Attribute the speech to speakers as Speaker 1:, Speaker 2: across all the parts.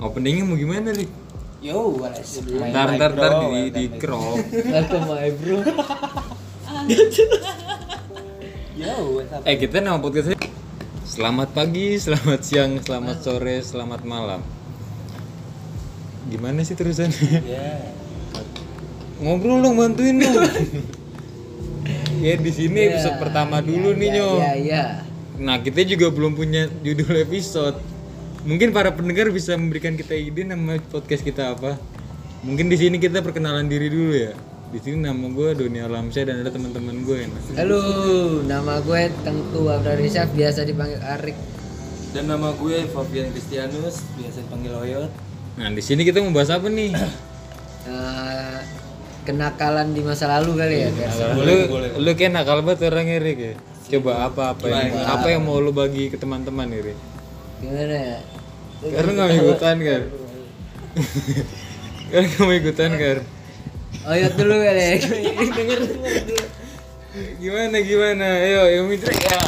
Speaker 1: openingnya mau gimana nih?
Speaker 2: Yo, wales.
Speaker 1: Ntar ntar ntar di di crop.
Speaker 3: Welcome my bro.
Speaker 2: Yo, what's up?
Speaker 1: Eh kita nama podcastnya Selamat pagi, selamat siang, selamat sore, selamat malam. Gimana sih terusannya?
Speaker 2: Ya.
Speaker 1: Ngobrol dong, bantuin dong. ya di sini episode pertama dulu nih
Speaker 3: Ya,
Speaker 1: Nyo.
Speaker 3: ya, ya.
Speaker 1: Nah, kita juga belum punya judul episode. Mungkin para pendengar bisa memberikan kita ide nama podcast kita apa. Mungkin di sini kita perkenalan diri dulu ya. Di sini nama gue Doni Alamsyah dan ada teman-teman gue yang
Speaker 3: Halo, nama gue Tengku Abdul Rizak, biasa dipanggil Arik.
Speaker 2: Dan nama gue Fabian Kristianus, biasa dipanggil Oyot.
Speaker 1: Nah, di sini kita mau bahas apa nih? Nah,
Speaker 3: Eh, kenakalan di masa lalu kali
Speaker 1: Iya,
Speaker 3: ya, biasa.
Speaker 1: lu lu kayak nakal banget orangnya Rik ya. Coba apa apa yang apa yang mau lu bagi ke teman-teman ya, Rik?
Speaker 3: Gimana ya?
Speaker 1: Karena nggak mau ikutan kan. Karena nggak mau ikutan kan.
Speaker 3: Oyot dulu kali ya.
Speaker 1: Iya, Gimana gimana? Ayo, ayo Mitra. Ya.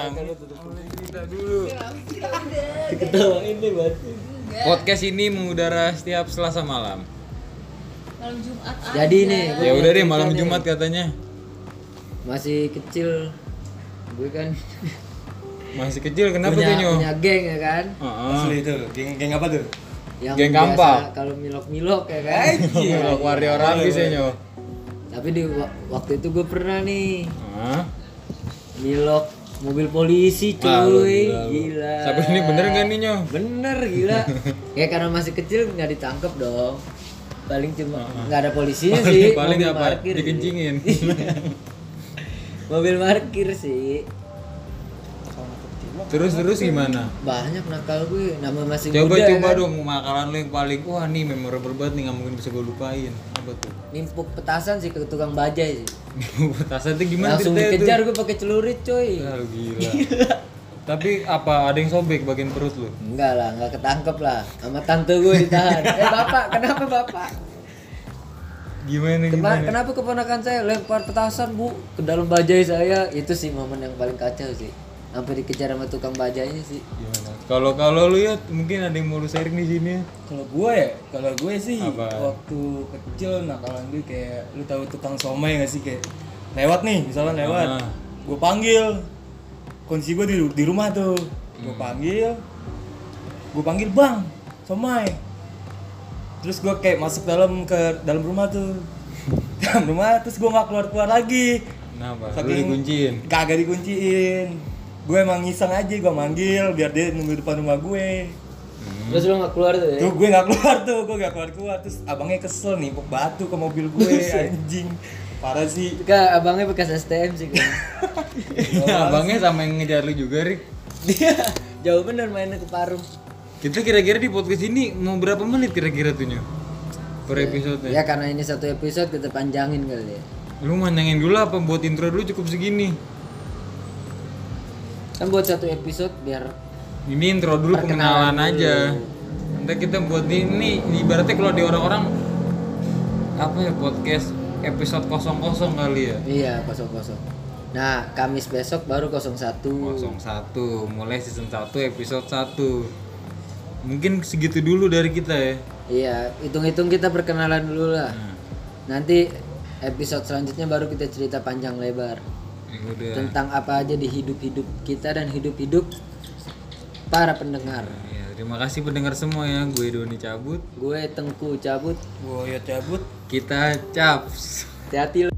Speaker 2: Ketawain deh, Bat.
Speaker 1: Podcast ini mengudara setiap Selasa malam.
Speaker 4: malam Jumat
Speaker 3: Jadi nih, gue
Speaker 1: Ya udah deh malam Jumat katanya.
Speaker 3: masih kecil. Gue kan
Speaker 1: Masih kecil kenapa tuh
Speaker 3: punya,
Speaker 1: Nyo?
Speaker 3: punya geng ya kan.
Speaker 1: Heeh.
Speaker 2: Asli itu, geng, geng apa tuh?
Speaker 3: Yang
Speaker 1: Geng
Speaker 3: biasa
Speaker 1: kampal.
Speaker 3: Kalau milok-milok ya kan.
Speaker 1: Kalau Iya. warrior habis ya Nyo.
Speaker 3: Tapi di wa- waktu itu gue pernah nih
Speaker 1: Heeh.
Speaker 3: milok mobil polisi cuy. Gila.
Speaker 1: Sampai ini bener nggak nih Nyo?
Speaker 3: Bener gila. ya karena masih kecil nggak ditangkep dong. Paling cuma nggak ada polisinya sih.
Speaker 1: Paling, paling
Speaker 3: mobil
Speaker 1: apa?
Speaker 3: parkir sih.
Speaker 1: Dikencingin.
Speaker 3: Mobil parkir sih.
Speaker 1: terus terus gimana?
Speaker 3: Banyak nakal gue. Nama masih
Speaker 1: Coba
Speaker 3: muda. kan.
Speaker 1: coba dong makanan lu yang paling wah nih memorable banget nih nggak mungkin bisa gue lupain. Apa tuh?
Speaker 3: Nimpuk petasan sih ke tukang bajai sih.
Speaker 1: Petasan tuh gimana
Speaker 3: Langsung
Speaker 1: ceritanya
Speaker 3: dikejar gue pakai celurit
Speaker 1: tuh?
Speaker 3: cuy.
Speaker 1: Ah, lu gila. Tapi apa ada yang sobek bagian perut lu?
Speaker 3: Enggak lah, enggak ketangkep lah. Sama tante gue ditahan. eh bapak, kenapa bapak?
Speaker 1: Gimana
Speaker 3: Kema-
Speaker 1: gimana?
Speaker 3: kenapa keponakan saya lempar petasan bu ke dalam bajai saya? Itu sih momen yang paling kacau sih. Sampai dikejar sama tukang bajainya sih.
Speaker 1: Gimana? Kalau kalau lu ya mungkin ada yang mau lu sharing di sini.
Speaker 2: Kalau gue ya, kalau gue sih
Speaker 1: Apa?
Speaker 2: waktu kecil nakalan gue kayak lu tahu tukang somai gak sih kayak lewat nih, misalnya lewat.
Speaker 1: Ah.
Speaker 2: Gue panggil. Kunci gue di, di rumah tuh. Gue
Speaker 1: Hmm.
Speaker 2: panggil. Gue panggil, "Bang, somai." Terus gue kayak masuk dalam ke dalam rumah tuh. dalam rumah terus gue nggak keluar-keluar lagi.
Speaker 1: Kenapa? Lu
Speaker 2: Saking-
Speaker 1: dikunciin.
Speaker 2: kagak dikunciin gue emang iseng aja gue manggil biar dia nunggu depan rumah gue
Speaker 3: Hmm. Terus lo nggak keluar tuh ya?
Speaker 2: tuh gue nggak keluar tuh gue nggak keluar keluar terus abangnya kesel nih pok batu ke mobil gue anjing parah sih
Speaker 3: Kak, abangnya bekas STM sih kan.
Speaker 1: Abangnya sama yang ngejar lu juga, Rik.
Speaker 3: Dia jauh bener mainnya ke Parung.
Speaker 1: Kita kira-kira di podcast ini mau berapa menit kira-kira tuh, Nyo? Per episode
Speaker 3: Ya karena ini satu episode kita panjangin kali ya.
Speaker 1: Lu manjangin dulu apa buat intro dulu cukup segini?
Speaker 3: Kan buat satu episode biar
Speaker 1: Ini intro dulu pengenalan aja. Nanti kita buat ini, ini ibaratnya kalau di orang-orang apa ya podcast episode 00 kali ya.
Speaker 3: iya kosong-kosong. Nah, Kamis besok baru 01.
Speaker 1: 01 mulai season 1 episode 1. Mungkin segitu dulu dari kita ya.
Speaker 3: Iya, hitung-hitung kita perkenalan dulu lah. Nanti episode selanjutnya baru kita cerita panjang lebar
Speaker 1: Ya udah.
Speaker 3: tentang apa aja di hidup-hidup kita dan hidup-hidup para pendengar.
Speaker 1: Ya, terima kasih pendengar semua ya. Gue Doni cabut.
Speaker 3: Gue Tengku cabut.
Speaker 2: gue ya cabut
Speaker 1: Kita caps.
Speaker 3: Hati-hati lu.